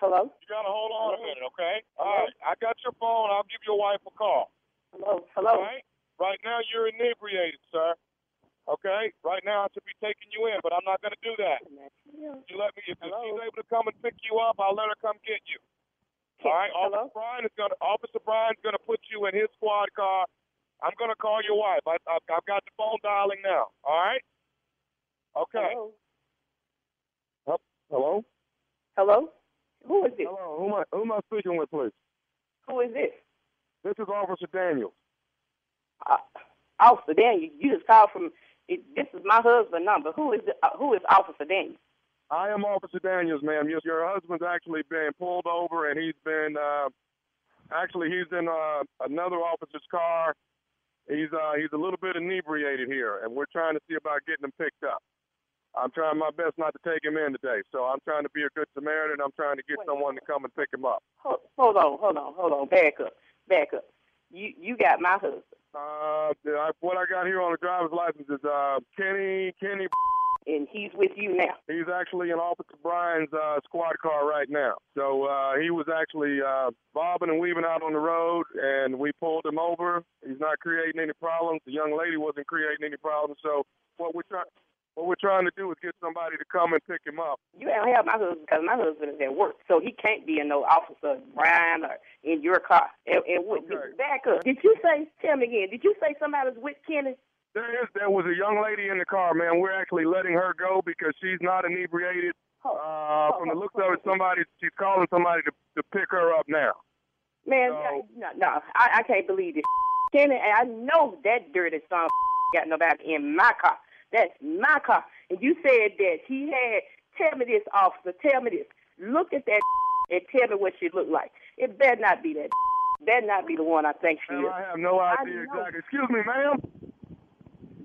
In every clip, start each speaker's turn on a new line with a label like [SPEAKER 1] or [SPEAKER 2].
[SPEAKER 1] Hello?
[SPEAKER 2] You gotta hold on a minute, okay? All right, I got your phone. I'll give your wife a call.
[SPEAKER 1] Hello?
[SPEAKER 2] All
[SPEAKER 1] Hello?
[SPEAKER 2] right? Right now you're inebriated, sir. Okay? Right now I should be taking you in, but I'm not gonna do that. If you let me, if, if
[SPEAKER 1] Hello?
[SPEAKER 2] she's able to come and pick you up, I'll let her come get you. All right,
[SPEAKER 1] Hello?
[SPEAKER 2] Officer Brian is gonna Officer Brian's gonna put you in his squad car. I'm gonna call your wife. I, I've, I've got the phone dialing now. All right. Okay.
[SPEAKER 1] Hello?
[SPEAKER 2] Hello.
[SPEAKER 1] Hello? Who is this?
[SPEAKER 2] Hello. Who am I? Who am I speaking with, please?
[SPEAKER 1] Who is this?
[SPEAKER 2] This is Officer Daniels.
[SPEAKER 1] Uh, Officer Daniel, you just called from. It, this is my husband's number. Who is the, uh, who is Officer Daniel?
[SPEAKER 2] I am Officer Daniels, ma'am. Your, your husband's actually been pulled over, and he's been uh, actually he's in uh, another officer's car. He's uh, he's a little bit inebriated here, and we're trying to see about getting him picked up. I'm trying my best not to take him in today, so I'm trying to be a good Samaritan. I'm trying to get
[SPEAKER 1] Wait.
[SPEAKER 2] someone to come and pick him up.
[SPEAKER 1] Hold, hold on, hold on, hold on. Back up, back up. You you got my husband.
[SPEAKER 2] Uh, I, what I got here on the driver's license is uh, Kenny Kenny.
[SPEAKER 1] and he's with you now.
[SPEAKER 2] He's actually in Officer Bryan's uh, squad car right now. So uh, he was actually uh, bobbing and weaving out on the road, and we pulled him over. He's not creating any problems. The young lady wasn't creating any problems. So what we're trying, what we're trying to do is get somebody to come and pick him up.
[SPEAKER 1] You don't have my husband because my husband is at work, so he can't be in no officer Brian or in your car. And, and what,
[SPEAKER 2] Okay.
[SPEAKER 1] back up. Did you say? Tell me again. Did you say somebody's with Kenny?
[SPEAKER 2] There is, there was a young lady in the car, man. We're actually letting her go because she's not inebriated. Uh, from the looks of it, somebody she's calling somebody to, to pick her up now.
[SPEAKER 1] Man,
[SPEAKER 2] No.
[SPEAKER 1] no, no, no I, I can't believe this. Kenny, and I know that dirty son of got nobody in my car. That's my car. And you said that he had. Tell me this, officer. Tell me this. Look at that and tell me what she looked like. It better not be that. Better not be the one I think she
[SPEAKER 2] And
[SPEAKER 1] is.
[SPEAKER 2] I have no
[SPEAKER 1] I
[SPEAKER 2] idea
[SPEAKER 1] know.
[SPEAKER 2] exactly. Excuse me, ma'am.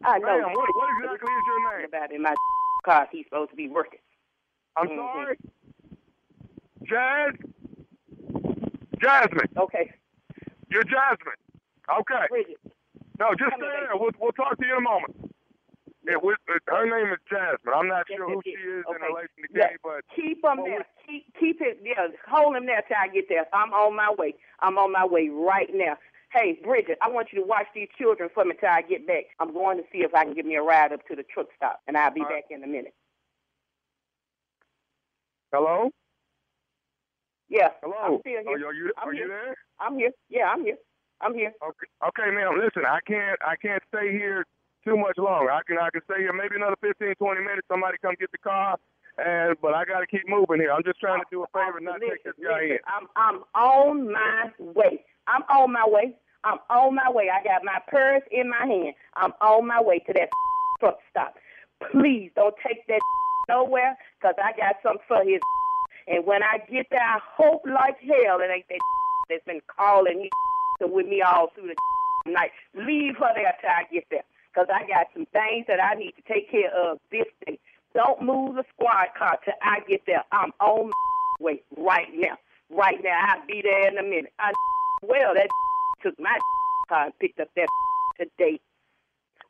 [SPEAKER 1] I know.
[SPEAKER 2] Ma'am, what, what exactly is your name?
[SPEAKER 1] about in my car. He's supposed to be working.
[SPEAKER 2] I'm
[SPEAKER 1] Mhm.
[SPEAKER 2] sorry. Jazz? Jasmine.
[SPEAKER 1] Okay,
[SPEAKER 2] You're Jasmine. Okay.
[SPEAKER 1] Bridget.
[SPEAKER 2] No, just
[SPEAKER 1] Come
[SPEAKER 2] stay
[SPEAKER 1] here,
[SPEAKER 2] there. We'll, we'll talk to you in a moment. Yeah, we, uh, her name is Jasmine. I'm not
[SPEAKER 1] Yes,
[SPEAKER 2] sure who
[SPEAKER 1] yes,
[SPEAKER 2] she
[SPEAKER 1] yes.
[SPEAKER 2] is in
[SPEAKER 1] Okay.
[SPEAKER 2] relation to
[SPEAKER 1] Yeah.
[SPEAKER 2] Kenny, but
[SPEAKER 1] Keep him
[SPEAKER 2] Well,
[SPEAKER 1] there. Keep keep it. Yeah, hold him there till I get there. I'm on my way. I'm on my way right now. Hey, Bridget, I want you to watch these children for me till I get back. I'm going to see if I can get me a ride up to the truck stop, and I'll be
[SPEAKER 2] All right.
[SPEAKER 1] back in a minute.
[SPEAKER 2] hello,
[SPEAKER 1] Yeah,
[SPEAKER 2] hello.
[SPEAKER 1] I'm still here.
[SPEAKER 2] Are, you- are you
[SPEAKER 1] I'm
[SPEAKER 2] are you
[SPEAKER 1] here.
[SPEAKER 2] there?
[SPEAKER 1] I'm here. Yeah, I'm here. I'm here.
[SPEAKER 2] Okay, okay, ma'am. Listen, I can't I can't stay here too much longer. I can I can stay here maybe another 15, 20 minutes. Somebody come get the car, and but I got to keep moving here. I'm just
[SPEAKER 1] Oh,
[SPEAKER 2] trying to do a favor, and not take this guy in.
[SPEAKER 1] Listen, I'm I'm on my way. I'm on my way. I'm on my way. I got my purse in my hand. I'm on my way to that truck stop. Please don't take that nowhere, cause I got something for his. And when I get there, I hope like hell it ain't that that's been calling his with me all through the night. Leave her there till I get there, cause I got some things that I need to take care of this day. Don't move the squad car till I get there. I'm on my way right now. Right now. I'll be there in a minute. I well, that took my car and picked up that today.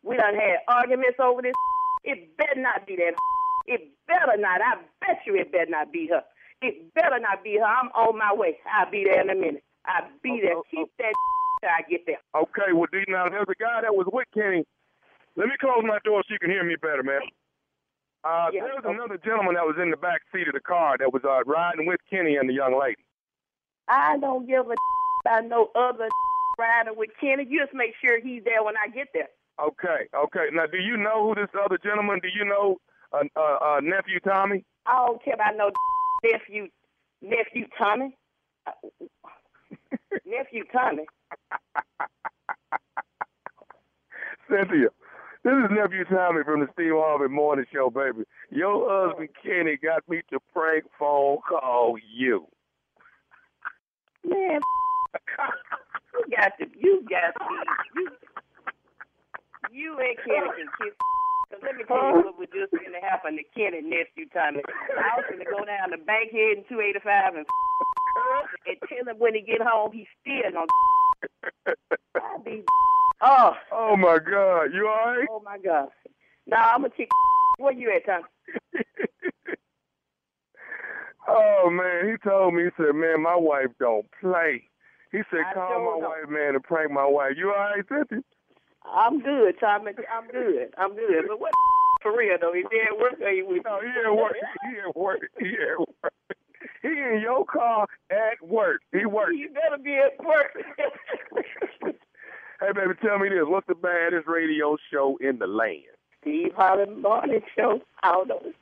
[SPEAKER 1] We done had arguments over this. It better not be that. It better not. I bet you it better not be her. It better not be her. I'm on my way. I'll be there in a minute. I'll be there.
[SPEAKER 2] Okay,
[SPEAKER 1] Keep that till I get there.
[SPEAKER 2] Okay, well, D, now there's a guy that was with Kenny. Let me close my door so you can hear me better, man. Uh,
[SPEAKER 1] Yeah,
[SPEAKER 2] there was
[SPEAKER 1] okay.
[SPEAKER 2] another gentleman that was in the back seat of the car that was uh, riding with Kenny and the young lady.
[SPEAKER 1] I don't give a about no other rider with Kenny. You just make sure he's there when I get there.
[SPEAKER 2] Okay, okay. Now, do you know who this other gentleman? Do you know uh, uh, uh, nephew Tommy?
[SPEAKER 1] I don't care about no nephew, nephew Tommy, Uh, nephew Tommy.
[SPEAKER 2] Cynthia, this is nephew Tommy from the Steve Harvey Morning Show, baby. Your husband Kenny got me to prank phone call you.
[SPEAKER 1] Man, you got to, you got to, you, you and Kenny can kiss. Cause let me tell you what was just going to happen to Kenny, nephew Tommy. I was going to go down to Bankhead in 285 and, and tell him when he get home he's still going to be. Oh,
[SPEAKER 2] oh my God, you all right?
[SPEAKER 1] oh my God. Now I'm going to kick. Where you at, Tommy?
[SPEAKER 2] uh, Oh man, he told me. He said, "Man, my wife don't play." He said,
[SPEAKER 1] I
[SPEAKER 2] "Call
[SPEAKER 1] sure
[SPEAKER 2] my
[SPEAKER 1] don't.
[SPEAKER 2] wife, man, and prank my wife." You all right, Cynthia?
[SPEAKER 1] I'm good, Tom. I'm good. I'm good. But what for real though? Is he at work or you with
[SPEAKER 2] No, he at work. He at work. He at work. He in your car at work. He works.
[SPEAKER 1] You better be at work.
[SPEAKER 2] Hey, baby, tell me this: What's the baddest radio show in the land?
[SPEAKER 1] Steve Harvey Morning Show. I don't know.